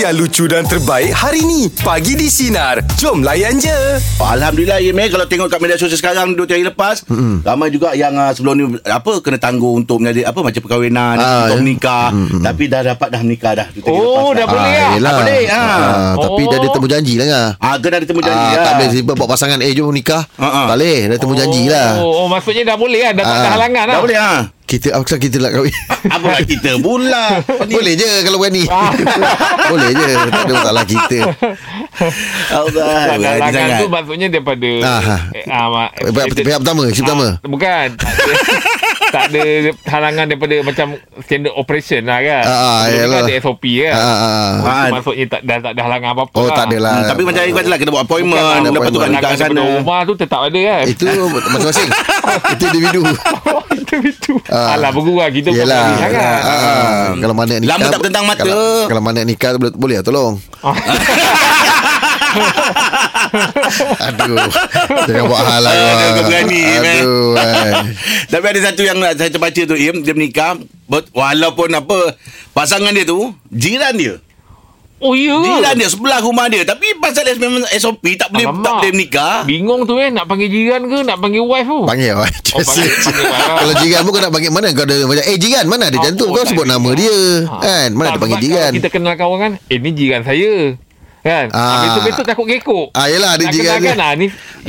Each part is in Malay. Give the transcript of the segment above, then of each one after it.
yang lucu dan terbaik hari ni. Pagi di Sinar. Jom layan je. Alhamdulillah ya Mel Kalau tengok kat media sosial sekarang Dua tiga hari lepas mm-hmm. Ramai juga yang uh, sebelum ni Apa kena tanggung Untuk menyalin Apa macam perkahwinan Ah, Untuk ya. menikah mm-hmm. Tapi dah dapat dah menikah dah Dua tiga hari Oh, lepas dah boleh ah. yelah. Tak boleh, ah. Ah, Tapi dah ada temu janji lah ngah. Ah, kena ada temu janji Ah, lah. tak boleh tiba buat pasangan Eh jom nikah Ah, ah. Tak boleh Dah temu janji lah Oh, oh, maksudnya dah boleh lah. Dah tak ada Ah, halangan lah. Dah boleh ah. Kita Apakah kita nak kahwin Apa Ah. kat kita pula Boleh je kalau berani Boleh je Tak ada masalah kita Allah Tak ada lagi halangan sangat. tu maksudnya daripada Ah, ah. eh, ah, ma- Eh, Pihak, pihak pertama Sisi pertama Ah, bukan. Tak ada, tak ada halangan daripada macam standard operation lah kan. Ah, ah, Sebelum ni yalah. kan ada SOP kan. Ah, ah, ah. Itu Ah. maksudnya tak, dah tak ada halangan apa-apa Oh lah. tak adalah Hmm, tapi macam ikut lah Kena buat appointment Lepas Bukan, tu kat appointment. nikah Halangan sana daripada rumah tu tetap ada kan. Oh, Itu masing-masing Itu individu Itu itu. Ah. Alah bergurau kita pun Yelah berani sangat. Ah, ah. Kalau mana nikah Lama tak bertentang mata. Kalau, kalau mana nikah tu boleh, boleh lah tolong Ah. Aduh Jangan buat hal lah Ah, jangan berani, man. Aduh eh. Tapi ada satu yang nak saya terbaca tu Im Dia menikah but- Walaupun apa Pasangan dia tu Jiran dia Oh ya. ke? Jiran dia sebelah rumah dia Tapi pasal dia memang SOP Tak boleh Alamak. tak boleh menikah Bingung tu eh Nak panggil jiran ke Nak panggil wife tu Panggil lah Oh, panggil- panggil lah. Kalau jiran pun kau nak panggil mana Kau ada macam Eh jiran mana ada Ah, jantung oh, Kau tak sebut ada. nama dia Ha. Kan Mana Tak, ada panggil sebab jiran kalau Kita kenal kawan kan Eh ni jiran saya Kan Ah. ah. Betul-betul takut gekok Ah yelah ada Nak jiran kenal kan ah, ni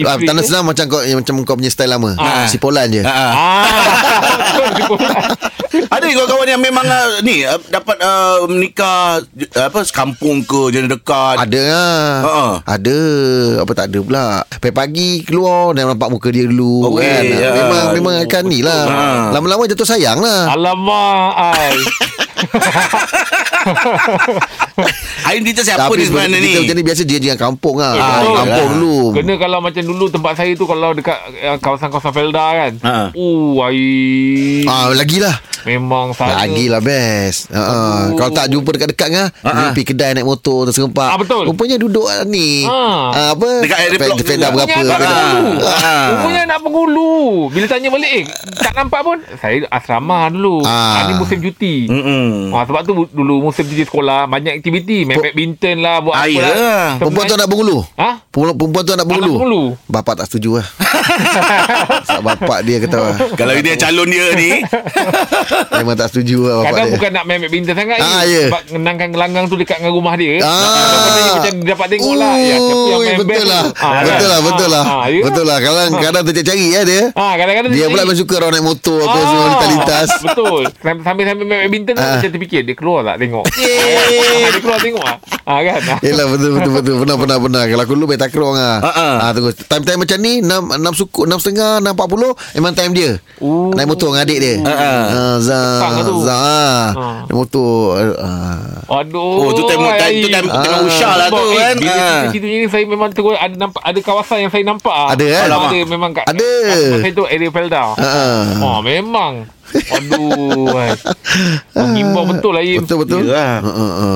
Ah, isteri Tanah dia. senang macam kau macam kau punya style lama. Ah. Si Polan je. Ha, ha. Ah. Ada ni kawan-kawan yang memang uh, Ni uh, dapat uh, Menikah uh, Apa Sekampung ke Jenis dekat Ada lah Ha-ha. Ada Apa tak ada pula Pagi-pagi keluar Dan nampak muka dia dulu Okey, kan? ya. Memang memang akan ni lah Ha. Lama-lama jatuh sayang lah Alamak ai. Ain cerita siapa ni sebenarnya kita ni macam ni Biasa dia dengan kampung lah Eh, ah, betul. Kampung dulu Kena kalau macam dulu tempat saya tu kalau dekat eh, kawasan-kawasan Felda kan. Ha. Uh, ai. Ah, lagilah Memang saya. Lagilah best uh, Aduh. Kalau tak jumpa dekat-dekat ngah, Dia pergi kedai naik motor Terserempak Ah, betul. Rupanya duduk ah, ni Ah. ah, Apa Ha. Dekat area Fe- blok Fenda juga. berapa Ah. Rupanya anak Fenda- Penggulu Ha. Rupanya anak penggulu Bila tanya balik Eh tak nampak pun Saya asrama dulu Ah. ha. Ini musim cuti Mm-mm. ha, Sebab tu bu- dulu musim cuti sekolah Banyak aktiviti Main badminton lah Buat Ah, apa ya. lah Perempuan tu Sebenarnya- anak bengulu Ha? Perempuan, perempuan tu anak bengulu Anak bengulu. Bapak tak setuju lah Sebab bapak dia lah. ketawa Kalau dia calon dia ni Memang tak setuju lah bapak Kadang dia bukan nak main badminton sangat ni. Ah, ya. Sebab kenangkan gelanggang tu Dekat dengan rumah dia Kadang-kadang dia Ah. Macam dapat tengok lah Ya, siapa yang Ui, main betul badminton lah. tu. Ah, betul kan? lah, betul Ah, lah. ah, ya. Betul lah. Kadang kadang tercari-cari ya dia. Ah, kadang-kadang Dia jadi- pula memang suka orang naik motor apa semua lintas-lintas. Betul Sam- Sambil-sambil main badminton tu Ah. Macam terfikir Dia keluar tak tengok Eh. Ah, Dia keluar tengok lah ah, kan Yelah betul betul betul Pernah pernah pernah Kalau aku dulu main takraw lah Ha, ha. ha, tunggu. Time-time macam ni 6, 6 suku 6 setengah 6 40 Memang time dia Ooh. Naik motor dengan adik dia ha, ha. Zah Petang tu. Zah Ha. Naik motor ah. Aduh. Oh tu time time tu time, time Ah. Usha lah tu Sebab, eh, kan Bila Ah. cerita-cerita ni saya memang terus ada nampak ada kawasan yang saya nampak. ah. Ada, kan? Kalau ada Alamak. Ah. memang kat Ada. kat tempat saya tu area Felda. Ha, ha. Oh memang. Aduh. ai. Menghimbau betul lah Im. Betul betul Yelah. Ha, ha, ha.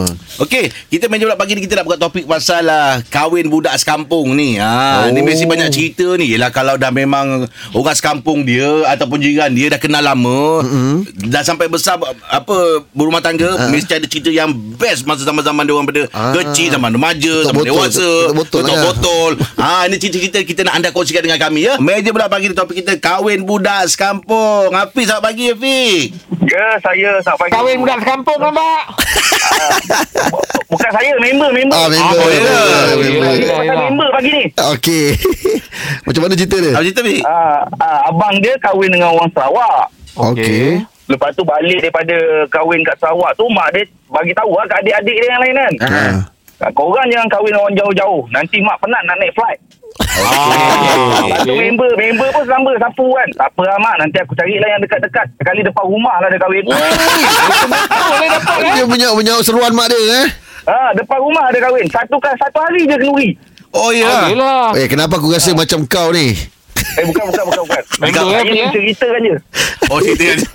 Okey, kita main pula pagi ni kita nak buka topik pasal lah kahwin budak sekampung ni. Ha, oh. ni mesti banyak cerita ni. Yalah kalau dah memang orang sekampung dia ataupun jiran dia dah kenal lama, mm-hmm. dah sampai besar apa berumah tangga, mesti ada cerita yang best masa zaman-zaman dia orang pada Ah. kecil, zaman remaja, zaman Betul-betul, dewasa, betul-betul lah. botol. ah, ini cerita-cerita kita nak anda kongsikan dengan kami ya. Meja pula pagi ni topik kita kahwin budak sekampung. Hafiz selamat pagi Hafiz. Ya, saya tak pagi. Kahwin budak sekampung lah Pak. Bukan saya, member, member. Ah, member, member, Ah, yelah. member. Yelah, yelah, Pasal yelah. member pagi ni. Okey. Macam mana cerita dia? Apa cerita Hafiz? Ah, ah, abang dia kahwin dengan orang Sarawak. Okey. Lepas tu balik daripada kahwin kat Sarawak tu mak dia bagi tahu lah kat adik-adik dia yang lain kan. Ha. Ah, Korang jangan kahwin orang jauh-jauh. Nanti mak penat nak naik flight. Ah, Lepas tu okey. member, member pun selamba sapu kan. Tak apa lah mak, nanti aku carilah yang dekat-dekat. Sekali depan rumah lah dia kahwin. Betul lah dapat eh. Ah. Dia punya punya seruan mak dia eh. Ah, depan rumah dia kahwin. Satu kan satu hari je kenduri. Oh ya. Ah, Yelah. Eh kenapa aku rasa macam kau ni? Eh, bukan, bukan, bukan. bukan. Member Saya eh punya. ni ceritakan je. Oh cerita dia.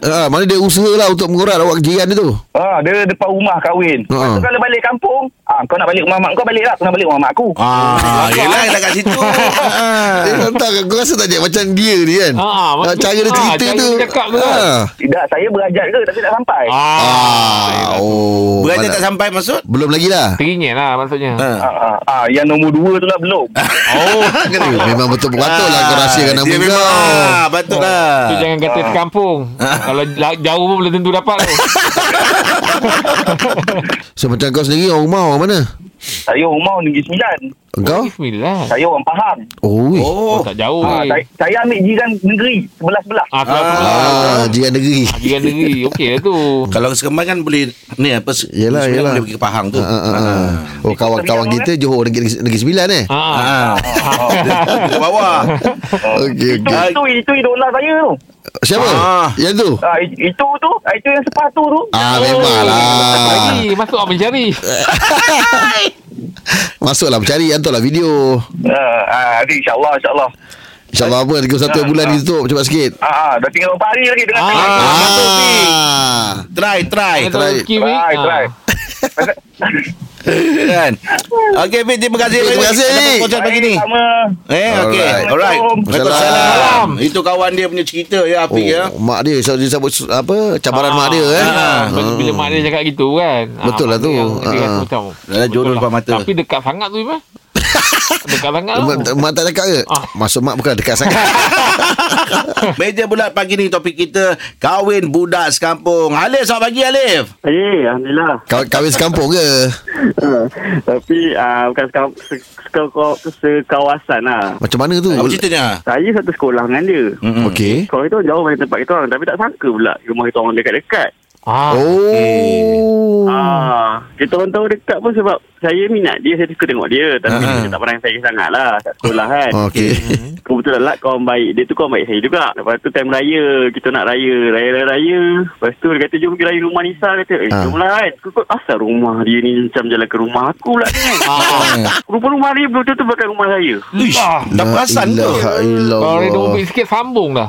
Ha, mana dia usaha lah untuk mengurat awak jiran dia tu. Ha, dia depan rumah kahwin. Lepas Ha. tu kalau balik kampung, ah kau nak balik rumah mak kau balik lah. Aku nak balik rumah mak aku. Ah, yelah dah kat situ. Ah. Ha. Eh, kau tak aku rasa tak je macam dia ni kan. Ha, ha, Ha, maksud- cara dia ha, cerita cara tu. dia cakap tu kan. Tidak, saya berajat ke tapi tak sampai. Ah. Ah, oh. Berarti mana- tak sampai maksud? Belum lagi lah Terinya lah maksudnya. Ha. Ah, ah, ah, yang nombor dua tu lah belum. Oh, kena. Ah, Ah, Memang betul patut lah Kau rahsiakan nama dia kau memang, ah, patutlah. Tu jangan kata sekampung. Kalau la- jauh pun belum tentu dapat tu. So macam kau sendiri Orang rumah orang mana Saya rumah Negeri Sembilan. Engkau Bismillah. Saya orang Pahang. Oh, oh. Oh, Oh, tak jauh. eh. Ah, saya, saya ambil jiran negeri sebelah-sebelah. Ah, kalau aku Ah, Jiran negeri Jiran negeri. Okey lah tu. kalau sekembang kan boleh ni apa se- Yelah, sebenarnya yelah. boleh pergi ke Pahang tu. Ah, ah, ah, ah. Oh kawan-kawan kita Johor Negeri, negeri Sembilan eh Ah, Ah. Ke bawah. Okey Ah, Itu, okey itu, itu idola saya tu. Siapa? Ah. Yang tu? Ah, i- itu tu, ah, itu yang sepatu tu. Ah memang lah Lagi masuk awak mencari. Masuklah mencari Hantarlah video Ah, ah, nanti insyaAllah, insyaAllah. InsyaAllah apa 31 bulan ditutup Cepat sikit Ah, ah, dah tinggal beberapa hari lagi dengan Ah. saya. Ah Try, try. Kita rezeki ni. Try, Ah. try. kan. Okey, Fik, terima kasih. Terima kasih, Dapat Fik. Kocak pagi ni. Sama. Eh, okey. Alright. Alright. Waalaikumsalam. Waalaikumsalam. Itu kawan dia punya cerita ya, Oh, Afiq ya. mak dia so, dia sebut su- apa cabaran mak dia eh. Ah, bila- Bila mak dia cakap gitu kan. Ah, Betul lah mak dia tu. yang- Dia rasa Ah. macam. Dah jodoh betul lah. depan mata. Tapi dekat sangat tu Iman. Dekat sangat tu. Mak, mak tak cakap ke? Ah. Maksud mak bukan dekat sangat. Oh. Meja bulat pagi ni topik kita kahwin budak sekampung. Alif, selamat pagi Alif. Eh, Alhamdulillah. Kaw, kahwin sekampung ke? Uh, tapi uh, bukan sekaw- se- sekaw- sekawasan lah. Macam mana tu? Apa ceritanya? Saya satu sekolah dengan dia. Mm-mm. Eh, Okey. Sekolah kita jauh dari tempat kita orang. Tapi tak sangka pula rumah kita orang dekat-dekat. Ah. Oh. Ah, kita orang tahu dekat pun sebab saya minat dia. Saya suka tengok dia. Tapi Ah. dia tak pandang saya sangat lah. Kat sekolah kan. Okey. Kebetulan lah kawan baik. Dia tu kawan baik saya juga. Lepas tu time raya. Kita nak raya. Raya-raya-raya. Lepas tu dia kata jom pergi raya rumah Nisa. Kata eh Ah. jom lah kan. Kau- kau- Asal rumah dia ni macam jalan ke rumah aku lah ni kan. Rumah-rumah dia betul tu belakang rumah saya. Ish, dah perasan tu. Ah. Kalau dia tu. dobik sikit sambung dah.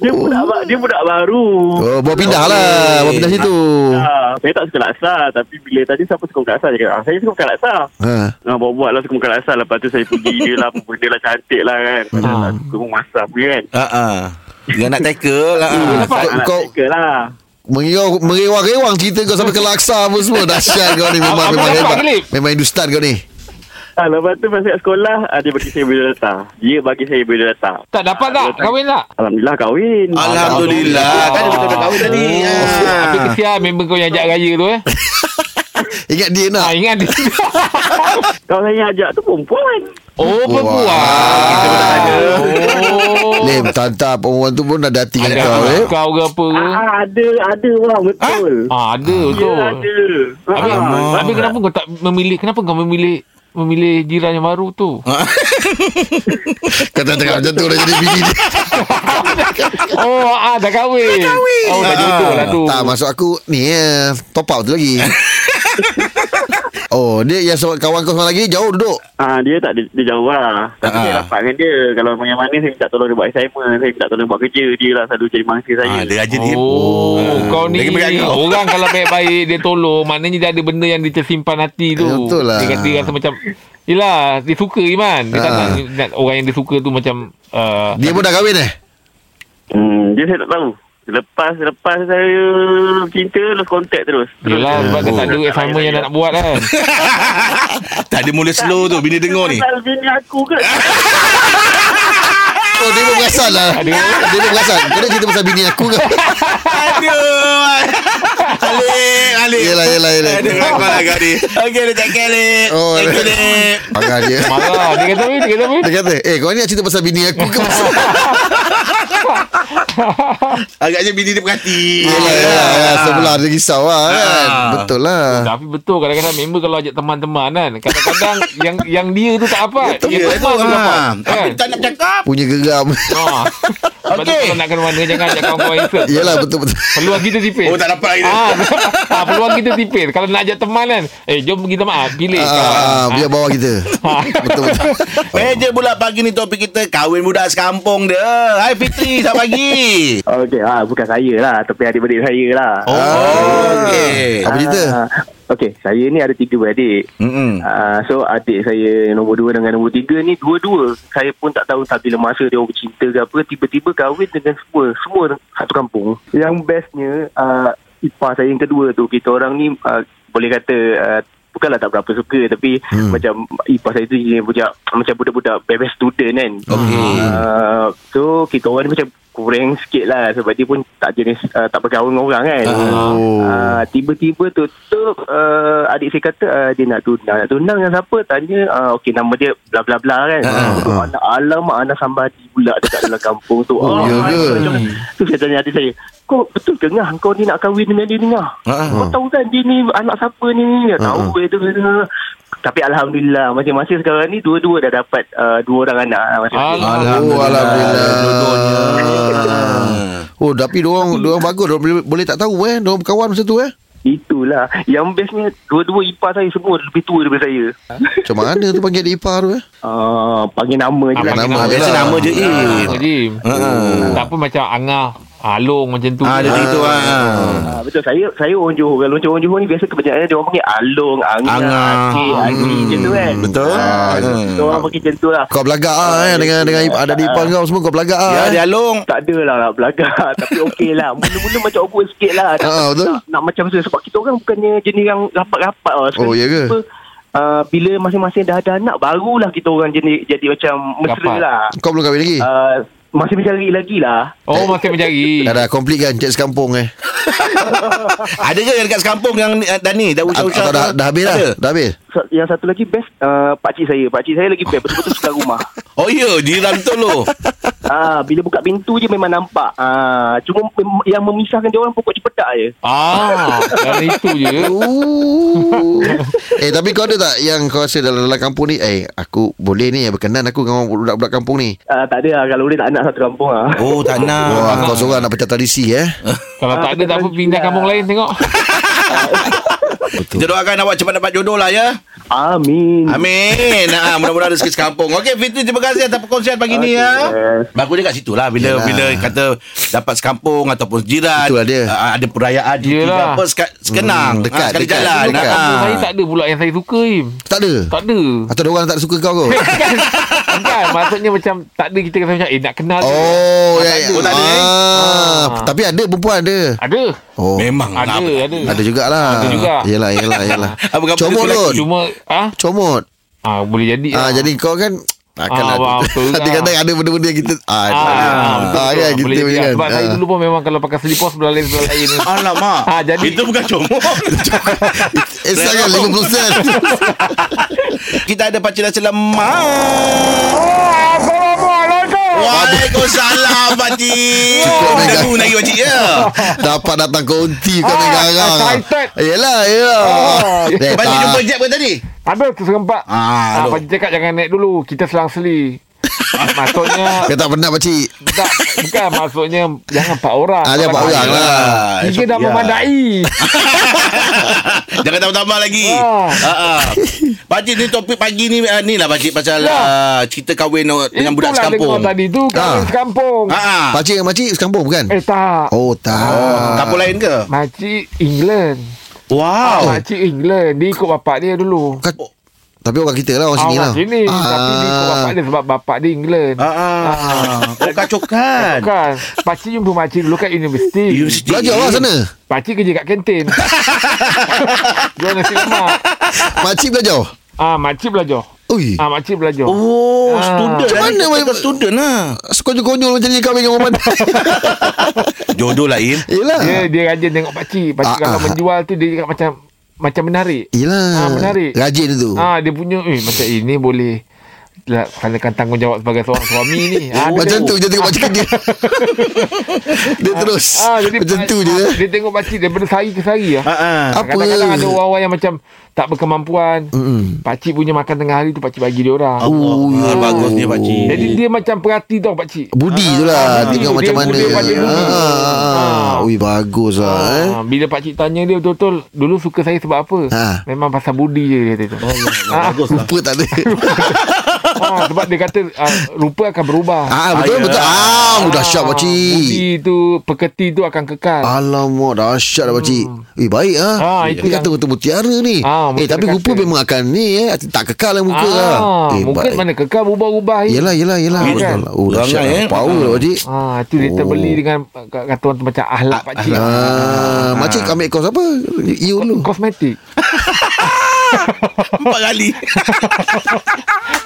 Dia budak ba- dia budak baru. Oh, bawa pindah lah. Bawa pindah situ. Ah, saya tak suka laksa Tapi bila tadi Siapa suka makan laksa Dia kata ah, Saya suka makan laksa Ha. ah, Buat-buat lah Suka makan laksa Lepas tu saya pergi Dia lah apa benda lah Cantik lah kan Hmm. Lepas tu tak Suka pun masak pun kan Ha ah. Dia nak tackle lah. ah. Kau, Anak kau teka lah mengirau, merewang-rewang cerita kau sampai ke laksa apa semua. Dahsyat kau ni. Memang, Apa memang dapat, hebat. Kelip? Memang Hindustan kau ni. ah, Lepas tu masa kat sekolah ah, Dia bagi saya biodata Dia bagi saya biodata Tak dapat tak? Kahwin tak? Alhamdulillah kahwin Ah, oh. Alhamdulillah. Kan kita dah kahwin tadi. Ah. Tapi kesian member kau yang ajak raya tu eh. Ingat dia nak. Ah, ingat dia. Kawan saya yang ajak tu perempuan Oh, perempuan. Wah. Kita pun tak ada. Oh. Lim, tantap perempuan tu pun ada hati kat Ada kau. Eh. anak kau ke apa Hmm. ke? ah, Ada Ada orang betul Ah, ada Ya Oh. betul. ada Habis, Ah. habis kenapa kau tak memilih kenapa kau memilih memilih jiran yang baru tu? Kau tak cakap macam tu dah jadi bini dia. Oh, ah dah kahwin. Dah kahwin. Oh, dah Ah. jodoh lah tu. Tak masuk aku Ni ya Top up tu lagi Oh dia yang sebab kawan kau seorang lagi Jauh duduk Ah dia tak dia, dia jauh lah. Tapi Ah. saya rapat dengan dia. Kalau yang mana saya minta tolong dia buat assignment, saya minta tolong buat kerja, dia lah selalu jadi mangsa Ah, saya. dia aja dia. Oh, kau ni Dia kena pegang kau. orang kalau baik-baik dia tolong, maknanya dia ada benda yang dia tersimpan hati tu. Eh, betul lah. Dia kata dia rasa macam Yelah dia suka Iman. Dia tak Ah. nak, nak orang yang dia suka tu macam uh, Dia pun dah kahwin eh Hmm, dia saya tak tahu. Lepas lepas saya cinta terus kontak terus. Terus Yelah sebab dia tak ada Oh. assignment yang nak nak buat kan. Tak ada mula slow tu bini dengar ni. Pasal bini aku ke? Oh dia pun perasan lah Aduh. Dia pun perasan Kau nak cerita pasal bini aku ke Aduh. Alif, Alif. Yelah, yelah, yelah. Aduh, kau lah kau ni. Okey, dia tackle Alif. Oh, Thank you, Alif. Alif. Marah dia Marah. Dia kata apa? Dia kata apa? Dia kata Eh kau ni nak cerita pasal bini aku ke pasal Agaknya bini dia berhati. Yelah yelah ya, yelah. Sebelah dia risau lah kan Ah. Betul lah Tapi betul kadang-kadang member kalau ajak teman-teman kan Kadang-kadang yang yang dia tu tak apa Betul ya, tu. teman tu dapat Ha. kan? Tapi tak nak cakap. Punya geram Ha. Sebab tu Okey. Ya. kalau nak kena mana jangan ajak kawan-kawan insert. Yelah betul-betul Peluang kita tipis. Oh, tak dapat lagi dia. Ah, ah, peluang kita tipis. Kalau nak ajak teman kan, eh jom pergi teman. Ah, pilih kawan. Ah, Ah, Biar bawa kita Betul-betul Meja Ah, bulat pagi ni topik kita kahwin budak sekampung dia. Hai Fitri, selamat pagi. Okey, ah bukan saya lah, tapi adik-beradik saya lah. Oh, okey. Ah. Apa cerita Ah, Okey, saya ni ada tiga beradik. Mm-mm. Uh, so adik saya nombor dua dengan nombor tiga ni dua-dua saya pun tak tahu tak bila masa dia orang bercinta ke apa tiba-tiba kahwin dengan semua semua satu kampung yang bestnya uh, ipar saya yang kedua tu kita orang ni uh, boleh kata uh, bukanlah tak berapa suka tapi hmm. macam ipar saya tu dia punya macam budak-budak best student kan. Okey. Uh, so kita orang ni macam kurang sikit lah sebab dia pun tak jenis uh, tak berkawan dengan orang kan. Oh. Uh, tiba-tiba tu tu uh, adik saya kata uh, dia nak tunang. Nak tunang dengan siapa? Tanya uh, okey nama dia bla bla bla kan. Ah, Uh. Anak alamak anak sambadi pula dekat dalam kampung tu. Oh, Ah, ya ke? macam- Tu saya tanya adik saya Kau betul ke Ngah Kau ni nak kahwin dengan dia ni Ngah Ah. Kau tahu kan dia ni Anak siapa ni Dia Ah, Tahu uh tu Tapi Alhamdulillah Masing-masing sekarang ni Dua-dua dah dapat uh, Dua orang anak ah, masing-masing. Oh, Dua-duanya. Alhamdulillah. Oh, tapi diorang, diorang bagus. Diorang boleh, boleh tak tahu eh. Diorang berkawan masa tu eh. Itulah Yang bestnya Dua-dua ipar saya Semua lebih tua daripada saya Macam mana tu panggil adik ipar tu eh? uh, Panggil nama Ah, je lah nama. Ah, Biasa Yelah. nama je Im. Oh, Jim. Ha. Tak apa macam Angah, Along macam tu. Ah, dia begitu ah. Ah, betul saya saya orang Johor kalau orang Johor ni biasa kebanyakan dia orang panggil alung angah Angah. akik Hmm. agi macam tu kan Betul. ah, Hmm. orang panggil macam tu lah Kau belagak ah eh. Dengan, dengan ip- ada adik ipar kau semua kau belagak ah. Ya, eh. dia alung. Tak ada lah nak belagak Tapi okey lah Mula-mula macam awkward sikit lah nak, Ah, betul. nak, nak macam tu Sebab kita orang bukannya jenis yang rapat-rapat lah Oh, ya ke? Uh, bila masing-masing dah ada anak Barulah kita orang jadi, jadi macam mesra Rapat. lah Kau belum kahwin lagi? Ah. uh, Masih mencari lagi lah Oh, masih mencari. Dah dah complete kan Cek sekampung eh Ada ke yang dekat sekampung yang eh, dah ni dah Ah, Atau usah-usah? dah, dah, dah habis dah Ada? Dah habis so, Yang satu lagi best uh, Pakcik saya Pakcik saya lagi best Betul-betul suka rumah Oh ya, di Rantau lo. Ah, bila buka pintu je memang nampak. Ah, cuma mem- yang memisahkan dia orang pokok cepetak je. Ah, dari itu je. Ooh. Eh tapi kau ada tak Yang kau rasa dalam, dalam kampung ni Eh aku boleh ni eh, Berkenan aku dengan orang budak-budak kampung ni Ah, tak ada lah kalau boleh tak nak satu kampung lah. Oh, tak nak. Wah kau seorang nak pecah tradisi eh Ah. Kalau tak ada tak apa pindah kampung lain tengok. Kita doakan awak cepat dapat jodoh lah ya. Amin. Amin. Ha, mudah-mudahan rezeki sekampung. Okey Fitri terima kasih atas perkongsian pagi ni ya. Bagusnya kat situ lah bila Yelah. Yalah. bila kata dapat sekampung ataupun jiran. Itulah dia. ah, ada perayaan cuti ke Yelah. apa seka- sekenang. Hmm, dekat, Ah, sekali dekat. jalan. Dekat. Ha. Kampung saya tak ada pula yang saya suka, Im. Tak ada Tak ada. Atau orang tak suka kau kot Bukan. Bukan. Maksudnya macam tak ada kita kata macam eh nak kenal. ke? Oh, Ah, ya, tak ya. ada. Oh, tak ada, eh? Ah, Ah. Tapi ada perempuan ada. Ada. Oh. Memang lah. Ada, ada. Ada jugalah. Ah, Ada juga. Yelah, yelah, yelah. Apa khabar Comot lelaki? Lon. Cuma ah Comot. ah boleh jadi. Ah, jadi kau kan akan Ah, ada. wah, betul juga. Kadang-kadang ada benda-benda yang kita ah, Ah, ah, betul, ah, betul. kan kita Boleh punya juga. kan. Sebab saya Ah. dulu pun memang kalau pakai selipar sebelah lain sebelah lain. Alamak. Ah, jadi- Itu bukan comot. Eh, sangat 50 sen. Kita ada pakcik nasi lemak. Waalaikumsalam pakcik. Cukup, Megan. Debu lagi pakcik ya. Dapat datang ke unti kau dengan Ah, garang. excited. Ah, Yelah, yelah. Eh, Pakcik tak. jumpa Jeb ke tadi? Ada tu serempak. Ah, Ah, aduh. pakcik cakap jangan naik dulu. Kita selang-seli. Maksudnya Kau tak pernah pakcik tak, bukan maksudnya jangan empat orang. Ah, jangan empat orang lah. Ah, Tiga esok- dah ya. memadai. Jangan tambah-tambah lagi. Ah. Ha ah. Pakcik ni topik pagi ni ah, ni lah pakcik pasal Ya. ah, cerita kahwin o- dengan budak Itulah sekampung. dengar tadi tu Ah. kahwin sekampung. Ha ah. Pakcik dengan makcik sekampung bukan? Eh tak. Oh tak Kampung lain ke? Oh, Makcik England. Wow. Makcik England. Dia ikut bapak dia dulu. Kau- Tapi orang Oh, kita lah Orang sini Awak lah Ah. sini. Tapi dia ikut bapak dia sebab bapak dia England. Ha ah. Oh kacokan. Bukan. Pakcik jumpa makcik dulu kat universiti. Universiti. Belajar lah sana Pakcik kerja kat kantin. Jual nasi lemak. Makcik belajar Ah, makcik belajar. Ui Ah, makcik belajar. Oh, Ah. student. Macam mana Kita boleh- bukan student lah. Sekonyol-konyol macam ni Kau dengan orang pandai Jodoh lah Im. Yelah Dia dia rajin tengok pakcik. Pakcik Ah, kalau ah. menjual tu dia cakap macam macam menarik. Yelah Ah, menarik. Rajin dia tu Ah, dia punya eh macam ini boleh laksanakan tanggungjawab sebagai seorang suami ni. Ah, dia Macam tengok. tu je tengok makcik kerja Dia terus Ah, jadi Macam pak- tu je ah, Dia tengok pakcik daripada sehari ke sehari lah. Ha ah. Apa? Kadang-kadang ada orang-orang yang macam tak berkemampuan. Mm-mm. Pakcik punya makan tengah hari tu pakcik bagi dia orang. Oh, ya. ya. bagus ni pakcik. Jadi dia macam perhati tau pakcik. Budi tu lah Ah, budi Tengok tu. macam Dia mana budi pada budi. Ah, Ah. Ui bagus lah eh Ha, bila pakcik tanya dia betul-betul Dulu suka saya sebab apa Ha. Memang pasal budi je dia tu Bagus lah. Lupa tak ada ha, sebab dia kata uh, rupa akan berubah. Ah betul Ah, betul. ya. Ah mudah syak Budi pakcik. tu, peketi tu akan kekal. Alamak dahsyat lah pakcik Eh baik ah. Kan? Ah, Ha, itu Ni kata yang- untuk mutiara ni Ah, Eh mutiara tapi kata. rupa memang akan ni eh Tak kekal lah muka lah eh, Ah, muka baik. mana kekal berubah-ubah ni. Yelah yelah yelah Ya, Betul kan? lah. Oh dahsyat Perangai, lah eh. Power lah pakcik Ah, tu dia Oh. terbeli dengan uh, kata orang tu macam ahlak pak cik. Ah, Makcik ambil kos apa You dulu Kosmetik. Oh. Empat kali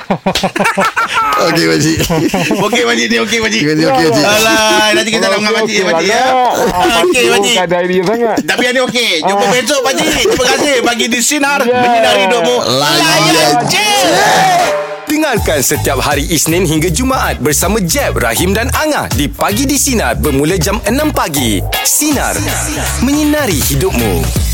Ah. Okey pakcik Okey pakcik ni Okey pakcik Ya, Okey okey pakcik Alah Nanti kita Oh, nak dengan pakcik Pakcik ya Okey pakcik Bukan dari Ah, dia sangat. Tapi yang ni okey Jumpa besok pakcik Terima kasih Pagi di Sinar Yeah. Menyinari hidupmu Layan je Dengarkan setiap hari Isnin hingga Jumaat bersama Jeb, Rahim dan Angah di Pagi di Sinar bermula jam 6 pagi. Sinar. Menyinari hidupmu.